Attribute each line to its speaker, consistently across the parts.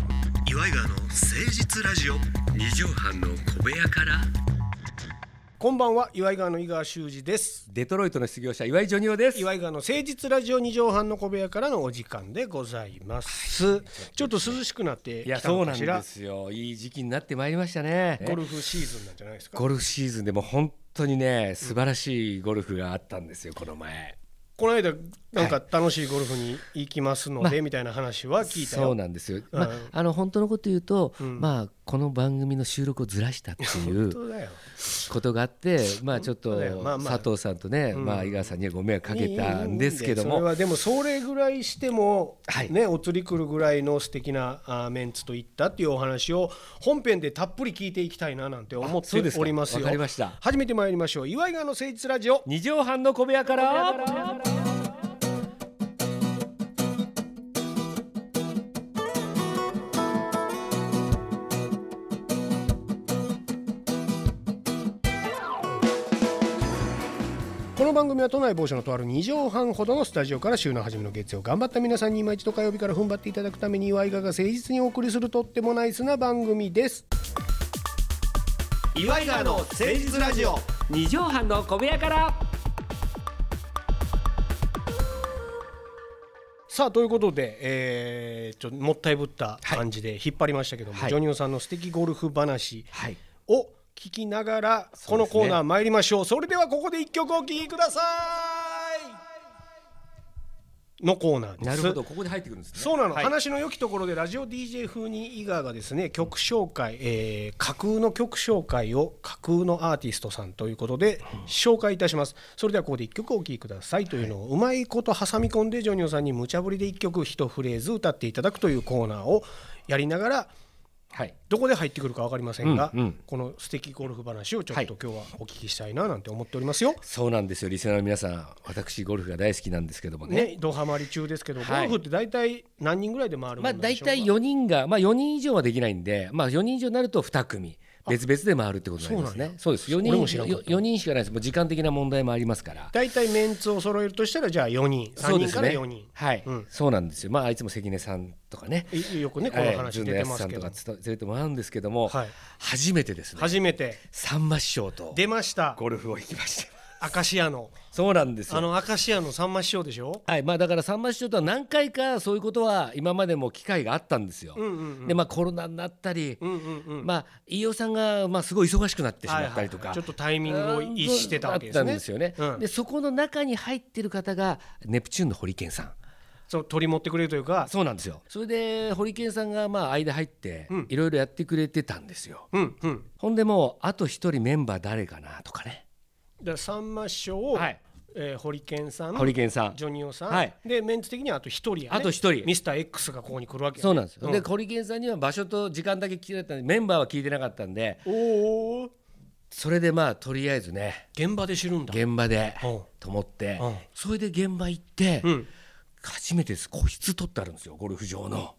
Speaker 1: イガーの誠実ラジオ
Speaker 2: 二畳半の小部屋から
Speaker 3: こんばんは岩井川の井川修司です
Speaker 2: デトロイトの失業者岩井ジョニオです
Speaker 3: 岩井川の誠実ラジオ二畳半の小部屋からのお時間でございます、ちょっと涼しくなって
Speaker 2: い
Speaker 3: き
Speaker 2: やそ
Speaker 3: たの
Speaker 2: うな
Speaker 3: か
Speaker 2: ん
Speaker 3: し
Speaker 2: で
Speaker 3: ら
Speaker 2: すよいい時期になってまいりましたね
Speaker 3: ゴルフシーズンなんじゃないですか
Speaker 2: ゴルフシーズンでも本当にね素晴らしいゴルフがあったんですよこの前
Speaker 3: この間なんか楽しいゴルフに行きますのでみたいな話は聞いた
Speaker 2: そう
Speaker 3: よ
Speaker 2: なんですよ、
Speaker 3: うん
Speaker 2: まああの本当のこと言うと、
Speaker 3: ん
Speaker 2: まあこの番組の収録をずらしたっていう
Speaker 3: 本当だよ
Speaker 2: ことがあってまあちょっと
Speaker 3: だよまあまあ
Speaker 2: 佐藤さんとね、まあ井川さんにはご迷惑かけたんですけど
Speaker 3: いいいいそれ
Speaker 2: も
Speaker 3: はでもそれぐらいしても、
Speaker 2: はい
Speaker 3: ねお釣り来るぐらいの素敵なあーメンツといったっていうお話を本編でたっぷり聞いていきたいななんて思っ
Speaker 2: そうで
Speaker 3: て
Speaker 2: すか
Speaker 3: おりますよ
Speaker 2: わかりました
Speaker 3: 初めて参りましょう岩井川の誠実ラジオ
Speaker 2: 二畳半の小部屋から
Speaker 3: この番組は都内某所のとある2畳半ほどのスタジオから週の初めの月曜頑張った皆さんに今一度火曜日から踏ん張っていただくために岩井川が誠実にお送りするとってもナイスな番組です岩井川の誠実ラジオ
Speaker 2: 二畳半の小部屋から
Speaker 3: さあということで、えー、ちょっともったいぶった感じで引っ張りましたけども、
Speaker 2: はい
Speaker 3: ジョニオさんの素敵ゴルフ話
Speaker 2: はい
Speaker 3: を聞きながらこ
Speaker 2: うで
Speaker 3: の
Speaker 2: すね
Speaker 3: コーナー参りましょうそれではここで一曲お聴きくださいのコーナーです
Speaker 2: なるほどここで入ってくるんですね
Speaker 3: そうなの、
Speaker 2: はい
Speaker 3: 話の良きところでラジオ DJ 風に井川がですね曲紹介、えー架空の曲紹介を架空のアーティストさんということで紹介いたしますそれではここで1曲お聴きくださいというのをうまいこと挟み込んでジョニオさんに無茶ぶりで1曲1フレーズ歌っていただくというコーナーをやりながら
Speaker 2: はい
Speaker 3: どこで入ってくるか分かりませんが、
Speaker 2: うんうん
Speaker 3: この素敵ゴルフ話をちょ
Speaker 2: は
Speaker 3: っ
Speaker 2: い
Speaker 3: と今日はお聞きしたいななんて思っておりますよ。
Speaker 2: そうなんですよリスナーの皆さん私ゴルフが大好きなんですけどもね
Speaker 3: ね、ドハマり中ですけど、
Speaker 2: はい
Speaker 3: ゴルフって大体何人ぐらいで回るも
Speaker 2: まあ
Speaker 3: んなんで
Speaker 2: 大
Speaker 3: しょうか、
Speaker 2: 体4人がまあ4人以上はできないんでまあ4人以上になると2組別々で回るってことになります
Speaker 3: そうなん
Speaker 2: ね
Speaker 3: や
Speaker 2: そうです4人
Speaker 3: 俺も知らんかった
Speaker 2: 4人しかないですもう時間的な問題もありますから
Speaker 3: 大体メンツを揃えるとしたらじゃあ4人
Speaker 2: そ
Speaker 3: 3
Speaker 2: うで
Speaker 3: 人
Speaker 2: す
Speaker 3: から
Speaker 2: ね
Speaker 3: 4人、
Speaker 2: はい
Speaker 3: うん
Speaker 2: そうなんですよまああいつも関根さんとかね
Speaker 3: いよくねこの話出てますけど、
Speaker 2: はいずんのやすさんとか連れてもらうんですけども
Speaker 3: はい
Speaker 2: 初めてですね
Speaker 3: 初めて
Speaker 2: さんま師匠と
Speaker 3: 出ました
Speaker 2: ゴルフを行きました
Speaker 3: 明石家の
Speaker 2: そうなんですよ
Speaker 3: あの明石家のさんま師匠でしょ
Speaker 2: はいまあ、だからさんま師匠とは何回かそういうことは今までも機会があったんですよ。
Speaker 3: うんうんうん
Speaker 2: でまあコロナになったり、
Speaker 3: うんうんうん
Speaker 2: まあ、飯尾さんがまあすごい忙しくなってしまったりとか、
Speaker 3: はいはいはいちょっとタイミングを逸してたわけです
Speaker 2: あったん
Speaker 3: ね
Speaker 2: ですよね、
Speaker 3: うん
Speaker 2: でそこの中に入ってる方がネプチューンの堀健さん
Speaker 3: そう取り持ってくれるというか
Speaker 2: そうなんですよそれで堀健さんがまあ間入って
Speaker 3: うん
Speaker 2: いろいろやってくれてたんですよ、
Speaker 3: うんうん
Speaker 2: ほんでもうあと一人メンバー誰かなとかね
Speaker 3: だからさんま師匠を、
Speaker 2: はい
Speaker 3: えー、堀健さん
Speaker 2: 堀健さん
Speaker 3: ジョニオさん、
Speaker 2: はい
Speaker 3: でメンツ的にはあと1人や、ね、
Speaker 2: あと一人
Speaker 3: ミスター X がここに来るわけやね
Speaker 2: そうなんですよ、で
Speaker 3: ん
Speaker 2: 堀健さんには場所と時間だけ聞いてたんでメンバーは聞いてなかったんで
Speaker 3: おお
Speaker 2: それでまあとりあえずね
Speaker 3: 現場で知るんだ
Speaker 2: 現場で
Speaker 3: うん
Speaker 2: と思って
Speaker 3: うん
Speaker 2: それで現場行って
Speaker 3: うん
Speaker 2: 初めてです個室取ってあるんですよゴルフ場の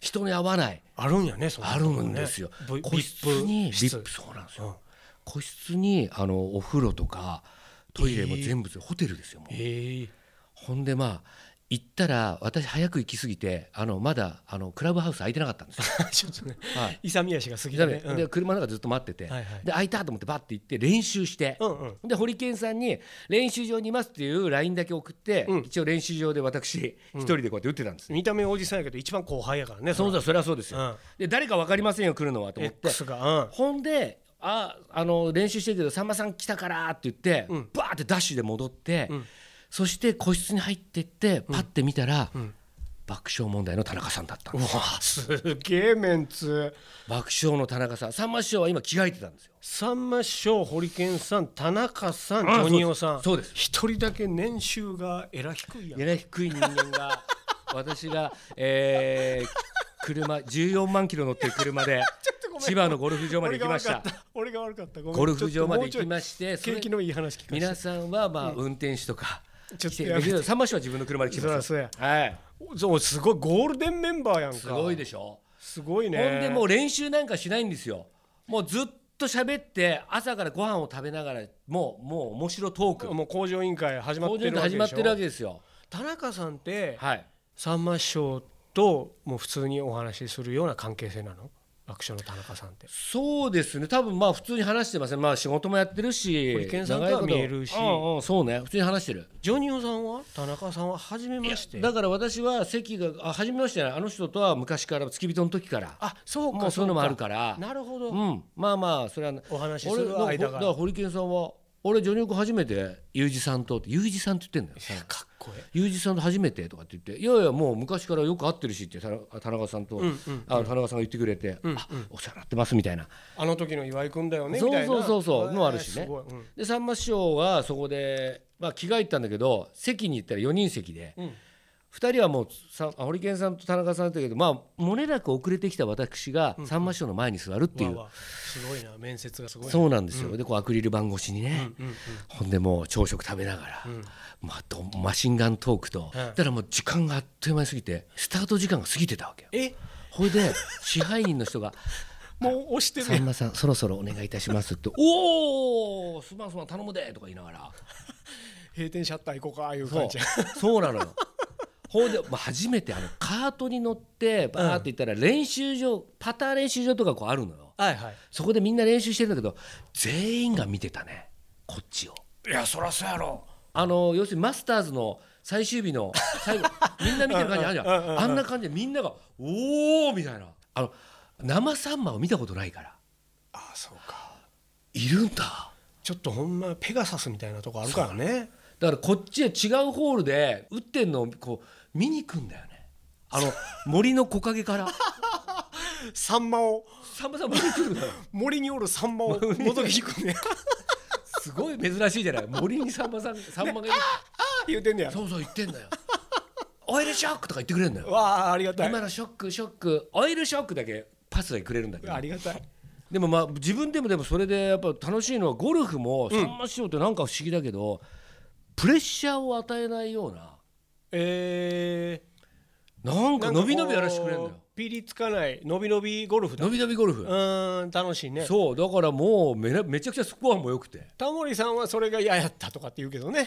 Speaker 2: 人に会わない
Speaker 3: あるんやねそ
Speaker 2: あるんですよ個
Speaker 3: 個
Speaker 2: 室
Speaker 3: 室
Speaker 2: にビ
Speaker 3: に
Speaker 2: ップそうなんです
Speaker 3: うん
Speaker 2: よ個室にあのお風呂とかトイレも全部ホテルですよもう
Speaker 3: へえ
Speaker 2: ほんでまあ行ったら私早く行き過ぎてあのまだあのクラブハウス空いてなかったんですよ
Speaker 3: ちょっとね、
Speaker 2: はい
Speaker 3: 勇み足が過ぎ
Speaker 2: で
Speaker 3: たね。うん
Speaker 2: で車の中ずっと待ってて、
Speaker 3: はいはい
Speaker 2: で空いたと思ってバッて行って練習して、
Speaker 3: うんうん
Speaker 2: でホリケンさんに「練習場にいます」っていう LINE だけ送って、
Speaker 3: うん
Speaker 2: 一応練習場で私一人でこうやって打ってたんです、
Speaker 3: 見た目おじさんやけど一番後輩やからね。
Speaker 2: そうだそれはそうですよ、
Speaker 3: うん
Speaker 2: で誰か分かりませんよ来るのはと
Speaker 3: れ
Speaker 2: 思って、
Speaker 3: X が、
Speaker 2: ほんで「ああの練習してるけどさんまさん来たから」って言って、
Speaker 3: うん
Speaker 2: バーってダッシュで戻って、
Speaker 3: うん
Speaker 2: そして個室に入ってってパッて見たら、
Speaker 3: うんうん
Speaker 2: 爆笑問題の田中さんだったん
Speaker 3: うん。
Speaker 2: で
Speaker 3: う
Speaker 2: す
Speaker 3: わすげえメンツ。
Speaker 2: 爆笑の田中さんさんま師匠は今着替えてたんですよ
Speaker 3: さんま師匠、堀健さん、田中さん、ジ
Speaker 2: あ
Speaker 3: ョニオさん。
Speaker 2: そうですそうです
Speaker 3: 一人だけ年収がえら低いやん。
Speaker 2: 狙い低い人間が 私が、えー車14万キロ乗ってる車 で
Speaker 3: ごめん
Speaker 2: 千葉のゴルフ場まで
Speaker 3: 俺
Speaker 2: 行
Speaker 3: が
Speaker 2: きまし
Speaker 3: 悪かったた。俺が悪かった。ごめん
Speaker 2: ゴルフ場まで行きま
Speaker 3: し
Speaker 2: してそれ
Speaker 3: 景気のいい話聞かせ
Speaker 2: 皆
Speaker 3: て。
Speaker 2: さんはまあ運転手とか
Speaker 3: ちょっと
Speaker 2: 来て
Speaker 3: やめて
Speaker 2: るさんま師匠は自分の車で来てます
Speaker 3: そうや
Speaker 2: はい
Speaker 3: そうすごいゴールデンメンバーやんか。
Speaker 2: すごいでしょ
Speaker 3: すごいね。
Speaker 2: ほんでもう練習なんかしないんですよもうずっと喋って朝からご飯を食べながらもうもう面白トーク
Speaker 3: もう工場委員会始まっ
Speaker 2: 工場
Speaker 3: てる
Speaker 2: で
Speaker 3: わけ
Speaker 2: 始
Speaker 3: でしょ
Speaker 2: まってるわけですよ
Speaker 3: 田中さんって、
Speaker 2: はい
Speaker 3: さんま師匠ともう普通にお話しするような関係性なの爆笑の田中さんって。
Speaker 2: そうですね多分まあ普通に話してますねまあ仕事もやってるし
Speaker 3: ホリケンさんとは
Speaker 2: 長いこと
Speaker 3: 見えるし
Speaker 2: うんうんそうね普通に話してる
Speaker 3: ジョニオさんは田中さんは初めまして
Speaker 2: だから私は関があ初めましてじゃないあの人とは昔から付き人の時から
Speaker 3: あそうか
Speaker 2: もうそういうのもあるから
Speaker 3: なるほど、
Speaker 2: うんまあまあそれは
Speaker 3: お話しす
Speaker 2: 俺
Speaker 3: る
Speaker 2: だ
Speaker 3: 間
Speaker 2: から
Speaker 3: が
Speaker 2: ホリケンさんは俺ジョニオ君初めてユージさんとってユージさんって言ってんだよ
Speaker 3: かっこいい
Speaker 2: ユージさんと初めてとかって言って「いやいやもう昔からよく会ってるし」って田中田中さんと、あ田中さんが言ってくれて「あお世話になってます」みたいな
Speaker 3: あの時の岩井君だよね
Speaker 2: そう
Speaker 3: みたいな
Speaker 2: そうそうそう
Speaker 3: えー
Speaker 2: のあるしね
Speaker 3: すごいうん
Speaker 2: でさんま師匠はそこで、まあ、着替えてたんだけど席に行ったら4人席で、
Speaker 3: うん
Speaker 2: 2人はもうさあホリケンさんと田中さんだったけどまあもれなく遅れてきた私がさんま師匠の前に座るっていう、
Speaker 3: わあわあすごいな面接がすごいな
Speaker 2: そうなんですよ、でこうアクリル板越しにね、
Speaker 3: うんうん
Speaker 2: ほんでもう朝食食べながら、まあ、どマシンガントークと、
Speaker 3: うん
Speaker 2: だからもう時間があっという間に過ぎてスタート時間が過ぎてたわけよ
Speaker 3: え
Speaker 2: ほいで支配人の人 が
Speaker 3: もう押
Speaker 2: 「
Speaker 3: してる
Speaker 2: さんまさんそろそろお願いいたします」って「 おおすまんすまん頼むで」とか言いながら
Speaker 3: 閉店シャッター行こうかああいう
Speaker 2: そ
Speaker 3: 感
Speaker 2: う
Speaker 3: じ
Speaker 2: そうなのよほいで、まあ、初めてあのカートに乗ってバーって行ったら練習場、パター練習場とかこうあるのよ
Speaker 3: はいはい
Speaker 2: そこでみんな練習してるんだけど全員が見てたねこっちを。
Speaker 3: いやそらそうやろ
Speaker 2: あの要するにマスターズの最終日の最 後みんな見てる感じあるじゃん
Speaker 3: うんうんうんうん
Speaker 2: あんな感じでみんなが「おお!」みたいなあの生さんまを見たことないから
Speaker 3: ああそうか
Speaker 2: いるんだ
Speaker 3: ちょっとほんまペガサスみたいなとこあるからね
Speaker 2: だからこっちへ違うホールで打ってんのをこう見に行くんだよねあ の森の木陰から
Speaker 3: サンマを
Speaker 2: さんまさん見に来るのよ
Speaker 3: 森におるサ ンマを元気にくね
Speaker 2: すごい珍しいじゃない森にさんまさんさんまがいる
Speaker 3: 言うてんねや
Speaker 2: そうそう言ってんだよ「オイルショック」とか言ってくれるんだよ
Speaker 3: わあありがたい
Speaker 2: 今のショックショックオイルショックだけパスでくれるんだけど
Speaker 3: ありがたい
Speaker 2: でもまあ自分でもでもそれでやっぱ楽しいのはゴルフもさんま師匠ってなんか不思議だけど、プレッシャーを与えないような
Speaker 3: え
Speaker 2: なん
Speaker 3: ー
Speaker 2: か伸び伸びやらせてくれるんだよ
Speaker 3: こうピリつかない伸び伸びゴルフだ
Speaker 2: 伸び伸びゴルフ、
Speaker 3: うーん楽しいね
Speaker 2: そうだからもうめなめちゃくちゃスコアも良くて
Speaker 3: タモリさんはそれが嫌やったとかって言うけ どね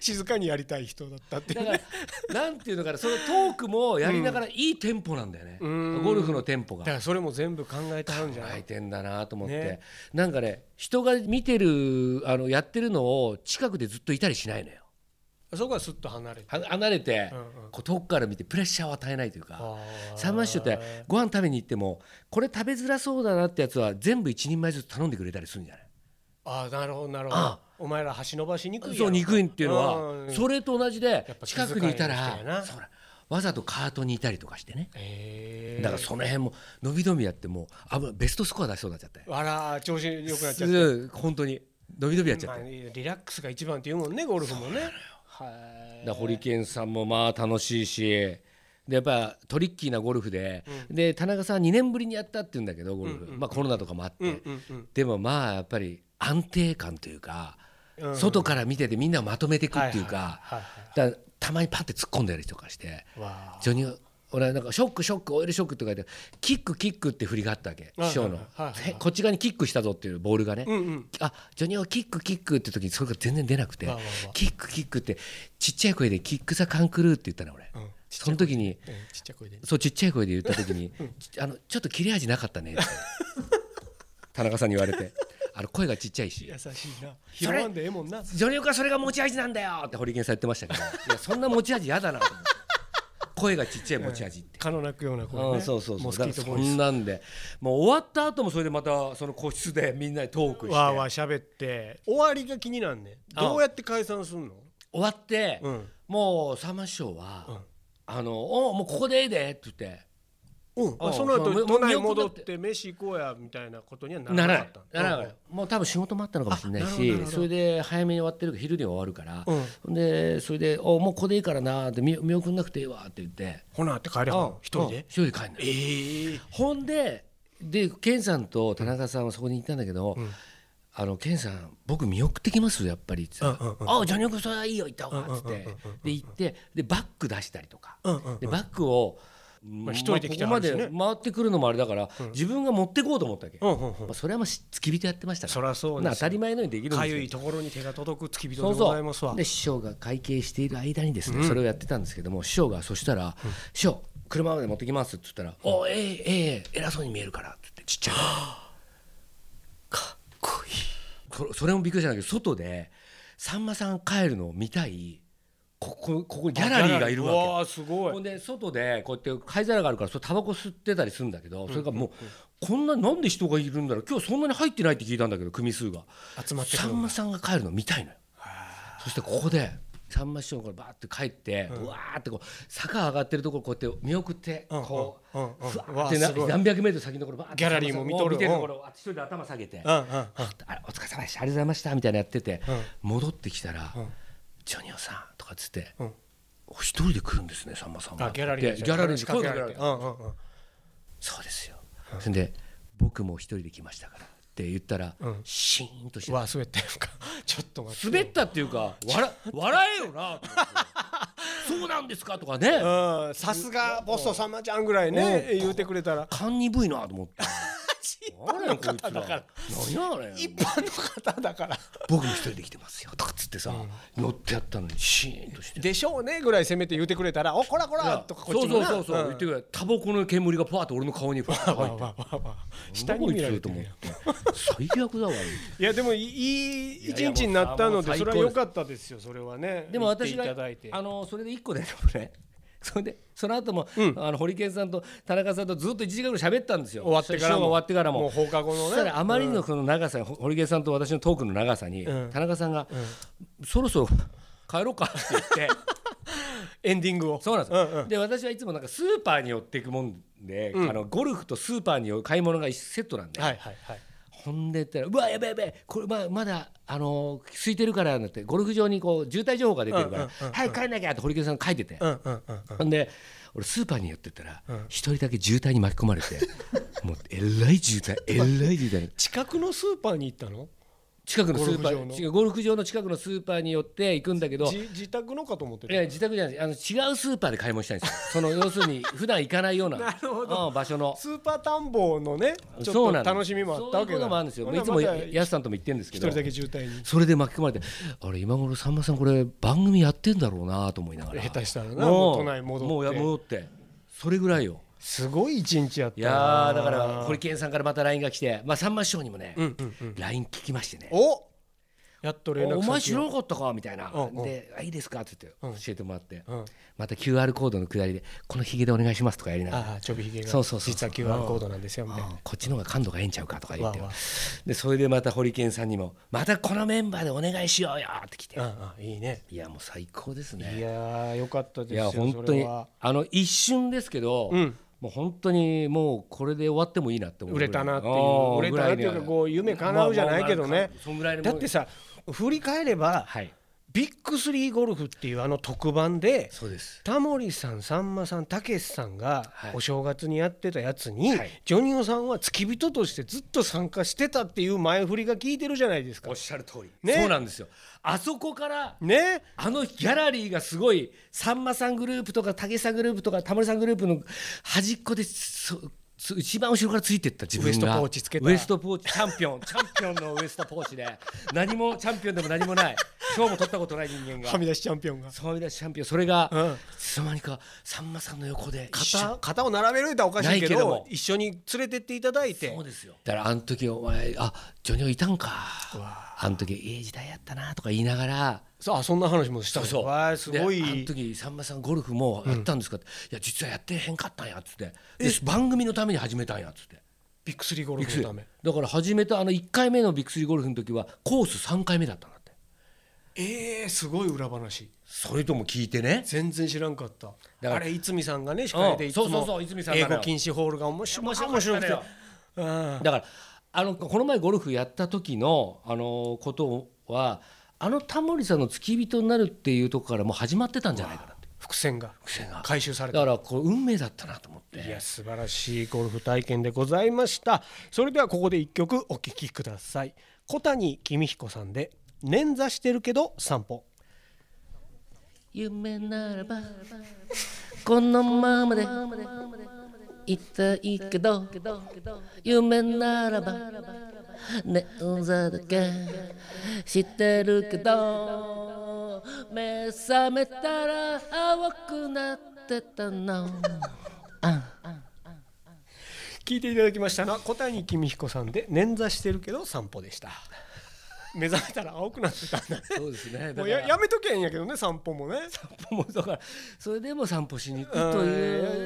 Speaker 3: 静かにやりたい人だったっていう
Speaker 2: だからなんていうのかなそのトークもやりながらいいテンポなんだよね、
Speaker 3: うん
Speaker 2: ゴルフのテンポが
Speaker 3: だからそれも全部考えてはるんじゃな
Speaker 2: 泣
Speaker 3: い
Speaker 2: いてんだなと思って、
Speaker 3: ね
Speaker 2: なんかね人が見てるあのやってるのを近くでずっといたりしないのよ
Speaker 3: そこはスッと離れて
Speaker 2: は離れて、
Speaker 3: うんうん
Speaker 2: こう遠くから見てプレッシャーを与えないというか、サンマ
Speaker 3: ま
Speaker 2: ッシュってご飯食べに行ってもこれ食べづらそうだなってやつは全部一人前ずつ頼んでくれたりするんじゃない
Speaker 3: ああなるほどなるほど
Speaker 2: あ
Speaker 3: お前ら箸伸ばしにくいやろ
Speaker 2: そう憎いっていうの
Speaker 3: う
Speaker 2: は
Speaker 3: ん
Speaker 2: それと同じで
Speaker 3: やっぱ気遣
Speaker 2: 近
Speaker 3: いの人
Speaker 2: くにいた
Speaker 3: やな
Speaker 2: らそうだわざとカートにいたりとかしてね
Speaker 3: へえ
Speaker 2: だからその辺も伸び伸びやってもうあぶベストスコア出しそうになっちゃって
Speaker 3: あら調子良くなっちゃっ
Speaker 2: うん本当に伸び伸びやっち
Speaker 3: て、
Speaker 2: ゃ
Speaker 3: ま
Speaker 2: っ
Speaker 3: あ、
Speaker 2: て
Speaker 3: リラックスが一番っていうもんねゴルフもねは
Speaker 2: だからホリケンさんもまあ楽しいしでやっぱトリッキーなゴルフでで田中さん2年ぶりにやったって言うんだけどゴルフまあコロナとかもあっ
Speaker 3: うん
Speaker 2: て
Speaker 3: うんうん
Speaker 2: でもまあやっぱり安定感というか、
Speaker 3: うん
Speaker 2: 外から見ててみんなをまとめていくっていうか,、
Speaker 3: はいはい
Speaker 2: だからたまにパッて突っ込んだりとかして
Speaker 3: わあ
Speaker 2: ジョニオ俺はなんかショックショックオイルショックって書いてキックキックって振りがあったわけ
Speaker 3: はい
Speaker 2: 師匠の、
Speaker 3: はいはい
Speaker 2: へこっち側にキックしたぞっていうボールがね、
Speaker 3: うんうん
Speaker 2: あジョニオキックキックって時にそれが全然出なくて
Speaker 3: わあわあわあ
Speaker 2: キックキックってちっちゃい声でキックザカンクルーって言ったの俺、
Speaker 3: うんちっち
Speaker 2: その時に
Speaker 3: ゃいうんちっちゃい声で
Speaker 2: そうちっちゃい声で言った時に、ちあのちょっと切れ味なかった ねって田中さんに言われてあの声がちっちゃいし
Speaker 3: 優しいな拾わんでええもんな
Speaker 2: ジョニオはそれが持ち味なんだよって堀健さん言ってましたけど、いやそんな持ち味やだなと思って。声がちっちゃい持ち味って。
Speaker 3: 蚊の鳴くような声
Speaker 2: う
Speaker 3: ね
Speaker 2: ん、そうそうそう。
Speaker 3: モ
Speaker 2: だ
Speaker 3: ス
Speaker 2: か
Speaker 3: キ
Speaker 2: ら
Speaker 3: ート
Speaker 2: そ
Speaker 3: ボイ
Speaker 2: ん
Speaker 3: ス
Speaker 2: なんで、もう終わった後もそれでまたその個室でみんなでトークして、
Speaker 3: わあわあ喋って終わりが気になんねん
Speaker 2: ああ
Speaker 3: どうやって解散すんの
Speaker 2: 終わって、
Speaker 3: うん
Speaker 2: もうさんま師匠は、
Speaker 3: うん
Speaker 2: あの、おもうここでええでって言って、
Speaker 3: うん
Speaker 2: あ
Speaker 3: あその
Speaker 2: そう
Speaker 3: 後
Speaker 2: も
Speaker 3: 都
Speaker 2: 見
Speaker 3: 内
Speaker 2: 送
Speaker 3: 戻っ
Speaker 2: って
Speaker 3: て飯行こうやみたいなことにはな
Speaker 2: な
Speaker 3: ら
Speaker 2: らな
Speaker 3: なか
Speaker 2: い
Speaker 3: っ、た
Speaker 2: ならない。もう多分仕事もあったのかもしれない
Speaker 3: あなるほどなる
Speaker 2: し、
Speaker 3: ほど
Speaker 2: それで早めに終わってるから昼には終わるから、
Speaker 3: うん
Speaker 2: ほんでそれで、おもうここでいいからなーって見見送んなくていいわって言って、
Speaker 3: ほなって帰れば
Speaker 2: うん
Speaker 3: 一人で
Speaker 2: 一人で帰んない。
Speaker 3: ええ
Speaker 2: ほんでで健さんと田中さんはそこに行ったんだけど「あの健さん僕見送ってきますやっぱり」って言って
Speaker 3: うんう
Speaker 2: 「
Speaker 3: ん
Speaker 2: あジョニオ君それはいいよ行った方が」っつってで行ってでバッグ出したりとか
Speaker 3: うんうんうん
Speaker 2: でバッグを
Speaker 3: まあ一人で来ては
Speaker 2: まあ
Speaker 3: るしね
Speaker 2: ここまで回ってくるのもあれだから、自分が持ってこうと思ったわけ、
Speaker 3: うん
Speaker 2: ま
Speaker 3: うんうん
Speaker 2: あ、それはまあし付き人やってましたか
Speaker 3: そ
Speaker 2: ら
Speaker 3: りゃそう
Speaker 2: まあ
Speaker 3: で
Speaker 2: 当
Speaker 3: す
Speaker 2: た
Speaker 3: よ
Speaker 2: り前のようにできるん
Speaker 3: か
Speaker 2: です
Speaker 3: ゆ
Speaker 2: よ
Speaker 3: いところに手が届く付き人
Speaker 2: そ
Speaker 3: で
Speaker 2: う
Speaker 3: ございます
Speaker 2: そ
Speaker 3: わ
Speaker 2: うで師匠が会計している間にですね、それをやってたんですけども師匠がそしたら「師匠車まで持ってきます」って言ったら「おええええ偉そうに見えるから」って言ってちっちゃい
Speaker 3: かっこいい
Speaker 2: そそれもびっくりしたんだけど外でさんまさん帰るのを見たいここここにギャラリーがいるわけ。
Speaker 3: わあすご
Speaker 2: ほん
Speaker 3: い
Speaker 2: で外でこうやって灰皿があるからそれタバコ吸ってたりするんだけどそれがもうこんななんで人がいるんだろう今日そんなに入ってないって聞いたんだけど組数が
Speaker 3: 集まってく
Speaker 2: さ
Speaker 3: る
Speaker 2: ん
Speaker 3: ん
Speaker 2: ま
Speaker 3: だ
Speaker 2: さんが帰るの見たいのよそしてここでさんま師匠がバーって帰ってうわーってこう坂上がってるところこうやって見送って
Speaker 3: うん
Speaker 2: こう
Speaker 3: うんうんうん
Speaker 2: ふわ
Speaker 3: うわ
Speaker 2: ーってな
Speaker 3: すごい
Speaker 2: 何百メートル先のところバーって
Speaker 3: ギャラリーも見とる
Speaker 2: 見てるところわーって一人で頭下げて
Speaker 3: うんうん
Speaker 2: あお疲れ様でしたありがとうございましたみたいなやってて、
Speaker 3: うん
Speaker 2: 戻ってきたら、
Speaker 3: うん
Speaker 2: ジョニオさんとかっつって、
Speaker 3: うん
Speaker 2: お一人で来るんですねさんまさんは
Speaker 3: あギャラリー
Speaker 2: でギャラリーに声かけられて
Speaker 3: うんうんうん
Speaker 2: そうですよ、それで僕も一人で来ましたからって言ったら、
Speaker 3: ん
Speaker 2: シーンとして
Speaker 3: うわ滑ったやんかちょっと待って
Speaker 2: 滑ったっていうか笑笑えよな と思ってそうなんですかとかね、
Speaker 3: うんさすがボストさんまちゃんぐらいね言うてくれたら
Speaker 2: 勘鈍いなと思って何 やねんこいつら
Speaker 3: だから
Speaker 2: 何やあれ
Speaker 3: 一般の方だから
Speaker 2: 僕も一人で来てますよとかっつってさ、乗ってやったのにシーンとして
Speaker 3: でしょうねぐらいせめて言うてくれたらおこらこらとかこっ
Speaker 2: そ
Speaker 3: ち
Speaker 2: うそ
Speaker 3: も
Speaker 2: う
Speaker 3: な
Speaker 2: そうそう、
Speaker 3: ん
Speaker 2: 言ってくれタバコの煙がパーッと俺の顔にふわっと入
Speaker 3: わ
Speaker 2: っ
Speaker 3: わ
Speaker 2: て
Speaker 3: わわわ下に見られてる
Speaker 2: な
Speaker 3: や
Speaker 2: ん
Speaker 3: ん
Speaker 2: だこいつと思って最悪だわ
Speaker 3: いやでもいいいい
Speaker 2: やい
Speaker 3: 一
Speaker 2: や
Speaker 3: 日になったので
Speaker 2: もう最
Speaker 3: それ
Speaker 2: 高
Speaker 3: は良かったですよそれはね
Speaker 2: でも私
Speaker 3: 言
Speaker 2: が
Speaker 3: っていただいて
Speaker 2: あのそれで一個でねそれ でその後も、あの堀健さんと田中さんとずっと1時間ぐらい喋ったんですよ
Speaker 3: 終わってか
Speaker 2: 師
Speaker 3: らも
Speaker 2: 匠が終わってからも
Speaker 3: もう放課後のね
Speaker 2: そしたらあまりのその長さ、ほ堀健さんと私のトークの長さに、
Speaker 3: うん
Speaker 2: 田中さんが、そろそろ帰ろうか」って言 って
Speaker 3: エンディングを
Speaker 2: そうなんです
Speaker 3: うん
Speaker 2: よ、で私はいつもなんかスーパーに寄っていくもんで、あのゴルフとスーパーに寄る買い物が一セットなんで、
Speaker 3: はいはいはい
Speaker 2: ほんでったら「うわやべやべこれままだあのー空いてるから」なんてゴルフ場にこう渋滞情報が出てるから「
Speaker 3: うんうんうんうん
Speaker 2: はい帰んなきゃ」って堀池さんが書いてて、
Speaker 3: うんうんうんうん
Speaker 2: ほんで俺スーパーに寄ってったら一、人だけ渋滞に巻き込 まれてもうえらい渋滞えらい渋滞
Speaker 3: 近くのスーパーに行ったの
Speaker 2: 近くのスーパ
Speaker 3: ゴルフ場の
Speaker 2: ー違うゴルフ場の近くのスーパーに寄って行くんだけど
Speaker 3: じ自宅のかと思って
Speaker 2: い
Speaker 3: た
Speaker 2: や自宅じゃないですあの違うスーパーで買い物したいん ですよその要するに普段行かないようなうん場所の。
Speaker 3: スーパー田んぼのねち
Speaker 2: そ
Speaker 3: ょ
Speaker 2: うなん
Speaker 3: っと
Speaker 2: です
Speaker 3: 楽しみもあったわけ
Speaker 2: そういうこともあるんですよいつもや
Speaker 3: 一
Speaker 2: やすさんとも言ってるんですけど
Speaker 3: 人だけ渋滞に
Speaker 2: それで巻き込まれてあれ今頃さんまさんこれ番組やってんだろうなと思いながら
Speaker 3: 下手したらな
Speaker 2: うん
Speaker 3: もう都内戻って
Speaker 2: もうや戻ってそれぐらいよ
Speaker 3: すごい一日やった
Speaker 2: い
Speaker 3: な
Speaker 2: やーだから堀健さんからまた LINE が来て、まあ、さんま師匠にもね、LINE 聞きましてね
Speaker 3: おやっ
Speaker 2: 「
Speaker 3: と連絡先を
Speaker 2: お前知らなかったか」みたいな
Speaker 3: うん
Speaker 2: 「
Speaker 3: うん
Speaker 2: であいいですか」って言って教えてもらって、
Speaker 3: うん
Speaker 2: また QR コードの下りで「このひげでお願いします」とかやりながら
Speaker 3: ああちょびひげが
Speaker 2: そうそうそう
Speaker 3: 実は QR コードなんですよみたいな
Speaker 2: こっちの方が感度がええんちゃうかとか言って
Speaker 3: わあわあ
Speaker 2: でそれでまた堀健さんにも「またこのメンバーでお願いしようよ」って来て、
Speaker 3: ああいいね
Speaker 2: いやもう最高ですね
Speaker 3: いやーよかったです
Speaker 2: い
Speaker 3: よ
Speaker 2: や本当
Speaker 3: それ
Speaker 2: に
Speaker 3: は
Speaker 2: あの一瞬ですけど、
Speaker 3: ん
Speaker 2: もう本当にもうこれで終わってもいいなって思う
Speaker 3: 売
Speaker 2: ぐら
Speaker 3: れ
Speaker 2: い
Speaker 3: たなってい
Speaker 2: あ
Speaker 3: う
Speaker 2: ー
Speaker 3: 売れたなっていう
Speaker 2: ぐ
Speaker 3: から
Speaker 2: には
Speaker 3: こう夢叶うじゃないけど
Speaker 2: まあ
Speaker 3: ね
Speaker 2: まあそんぐらいのも
Speaker 3: だ
Speaker 2: ん
Speaker 3: ってさ振り返れば
Speaker 2: はい
Speaker 3: ビッグスリーゴルフっていうあの特番で
Speaker 2: そうです
Speaker 3: タモリさんさんまさんたけしさんが
Speaker 2: はい
Speaker 3: お正月にやってたやつに
Speaker 2: はい
Speaker 3: ジョニオさんは付き人としてずっと参加してたっていう前振りが聞いてるじゃないですか
Speaker 2: おっ。しゃる通り、
Speaker 3: ね
Speaker 2: そうなんですよあそこから
Speaker 3: ね
Speaker 2: あのギャラリーがすごいさんまさんグループとかたけしさんグループとかタモリさんグループの端っこでそそ一番後ろからついてった自分が
Speaker 3: ウエストポーチつけた
Speaker 2: ウエストポーチチャンピオンチャンピオンのウエストポーチで何もチャンピオンでも何もない今日も取ったことない人間が
Speaker 3: はみ出しチャンピオンが
Speaker 2: そのみ出しチャンピオンそれが、
Speaker 3: うん
Speaker 2: いつの間にかさんまさんの横で一緒
Speaker 3: 肩肩を並べるとはおかしいけ
Speaker 2: ないけど
Speaker 3: ど
Speaker 2: も
Speaker 3: 一緒に連れてっていただいて
Speaker 2: そうですよだからあの時お前あジョニオいたんかあの時いい時代やったなとか言いながら
Speaker 3: そうあそんな話もしたのわあすごい
Speaker 2: であの時さんまさんゴルフもうやったんですかって、いや実はやってへんかったんやっつってで番組のために始めたんやっつって
Speaker 3: ビッグスリーゴルフのため
Speaker 2: だから始めたあの1回目のビッグスリーゴルフの時はコース3回目だったんだって
Speaker 3: ええすごい裏話
Speaker 2: それとも聞いてね
Speaker 3: 全然知らんかった
Speaker 2: だから
Speaker 3: あれ逸見さんがね司会でいつも
Speaker 2: そうそうそう逸見さん
Speaker 3: 英
Speaker 2: なのよ
Speaker 3: 語禁止ホールが面白面
Speaker 2: 面白
Speaker 3: 白
Speaker 2: かったのよ
Speaker 3: くてうん
Speaker 2: だからあのこの前ゴルフやった時のあのことはあのタモリさんの付き人になるっていうとこからもう始まってたんじゃないかなって
Speaker 3: 伏線が
Speaker 2: 線が
Speaker 3: 回収され
Speaker 2: だ
Speaker 3: た
Speaker 2: からこう運命だったなと思っ
Speaker 3: い
Speaker 2: て
Speaker 3: や素晴らしいゴルフ体験でございましたそれではここで一曲お聴きください小谷公彦さんで捻挫してるけど散歩
Speaker 2: 夢ならばこのままでいたいけど夢ならばねんざだけ知ってるけど目覚めたら青くなってたの
Speaker 3: 聞いていただきましたのは小谷公彦さんで捻挫してるけど散歩でした 目覚めたら青くなってたん だね
Speaker 2: そうですね
Speaker 3: もうややめとけんやけどね散歩もね
Speaker 2: もうだからそれでも散歩しに行くと
Speaker 3: う
Speaker 2: い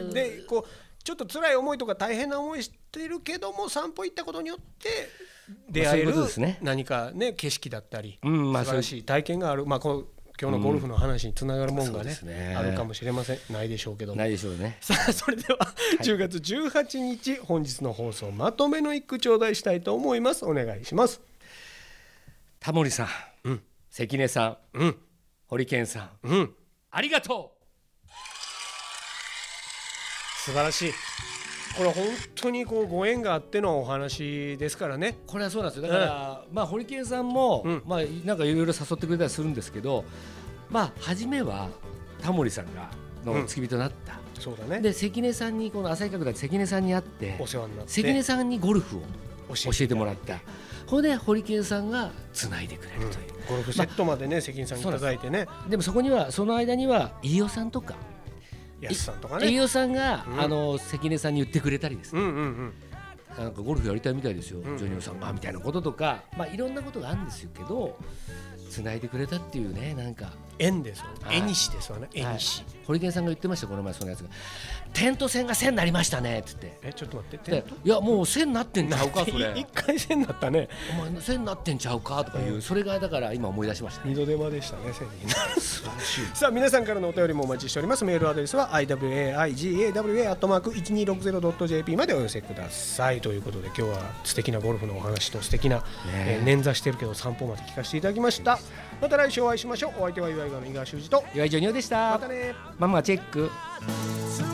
Speaker 3: ん
Speaker 2: う
Speaker 3: でこうちょっと辛い思いとか大変な思いしてるけども散歩行ったことによって出会え
Speaker 2: まあそういうこ
Speaker 3: る
Speaker 2: とですね
Speaker 3: 何かね景色だったり、
Speaker 2: うんまあ
Speaker 3: 素晴らしい体験がある、まあ、こう今日のゴルフの話につながるもんが
Speaker 2: うん
Speaker 3: ね,、
Speaker 2: そうですね
Speaker 3: あるかもしれませんないでしょうけども
Speaker 2: ないでしょうね
Speaker 3: さあそれでは10月18日、本日の放送まとめの一句頂戴したいと思いますお願いします
Speaker 2: タモリさん、関根さん、
Speaker 3: うん
Speaker 2: 堀健さん
Speaker 3: うん
Speaker 2: ありがとう
Speaker 3: 素晴らしいこれ本当にこうご縁があってのお話ですからね
Speaker 2: これはそうなんですよだから、まあ堀健さんも、
Speaker 3: うん
Speaker 2: まあなんかいろいろ誘ってくれたりするんですけどまあ初めはタモリさんが
Speaker 3: うん
Speaker 2: の付き人になった、
Speaker 3: そうだね
Speaker 2: で関根さんにこの旭川区で関根さんに会って
Speaker 3: お世話になって
Speaker 2: 関根さんにゴルフを教えてもら
Speaker 3: っ
Speaker 2: ったこれで堀健さんがつないでくれるという、
Speaker 3: ゴルフセットまでね関根さんいただいてね
Speaker 2: でもそこにはその間には飯尾さんとか
Speaker 3: 安さんとか
Speaker 2: 飯
Speaker 3: ね
Speaker 2: 尾さんが、
Speaker 3: うん
Speaker 2: あの関根さんに言ってくれたりです
Speaker 3: う
Speaker 2: ね、
Speaker 3: んうんうん
Speaker 2: なんかゴルフやりたいみたいですよ、
Speaker 3: ん
Speaker 2: ジョニオさんがみたいなこととか、まあ、いろんなことがあるんですけど繋いでくれたっていうねなんか、
Speaker 3: 縁ですよ
Speaker 2: はい
Speaker 3: 縁西ですわね縁
Speaker 2: はい
Speaker 3: 西、
Speaker 2: 堀健さんが言ってましたよこの前そのやつが「テント線が線になりましたね」っつって。
Speaker 3: えちょっと待って
Speaker 2: でいやもう線になってんちゃうかそれ
Speaker 3: 一回戦だったね
Speaker 2: お前の線になってんちゃうかとかいう、それがだから今思い出しましたね
Speaker 3: 二度手間でしたね、千人。素晴らしい。 さあ、皆さんからのお便りもお待ちしております。メールアドレスは i w a i g a w a アットマーク一二六ゼロドット j p までお寄せください。ということで、今日は素敵なゴルフのお話と素敵な、え
Speaker 2: え
Speaker 3: ー捻挫してるけど散歩まで聞かせていただきました。また来週お会いしましょう。お相手は岩井川の井川修司と。
Speaker 2: 岩井ジョニオでし
Speaker 3: ま
Speaker 2: た
Speaker 3: たね。
Speaker 2: ママチェック
Speaker 1: さ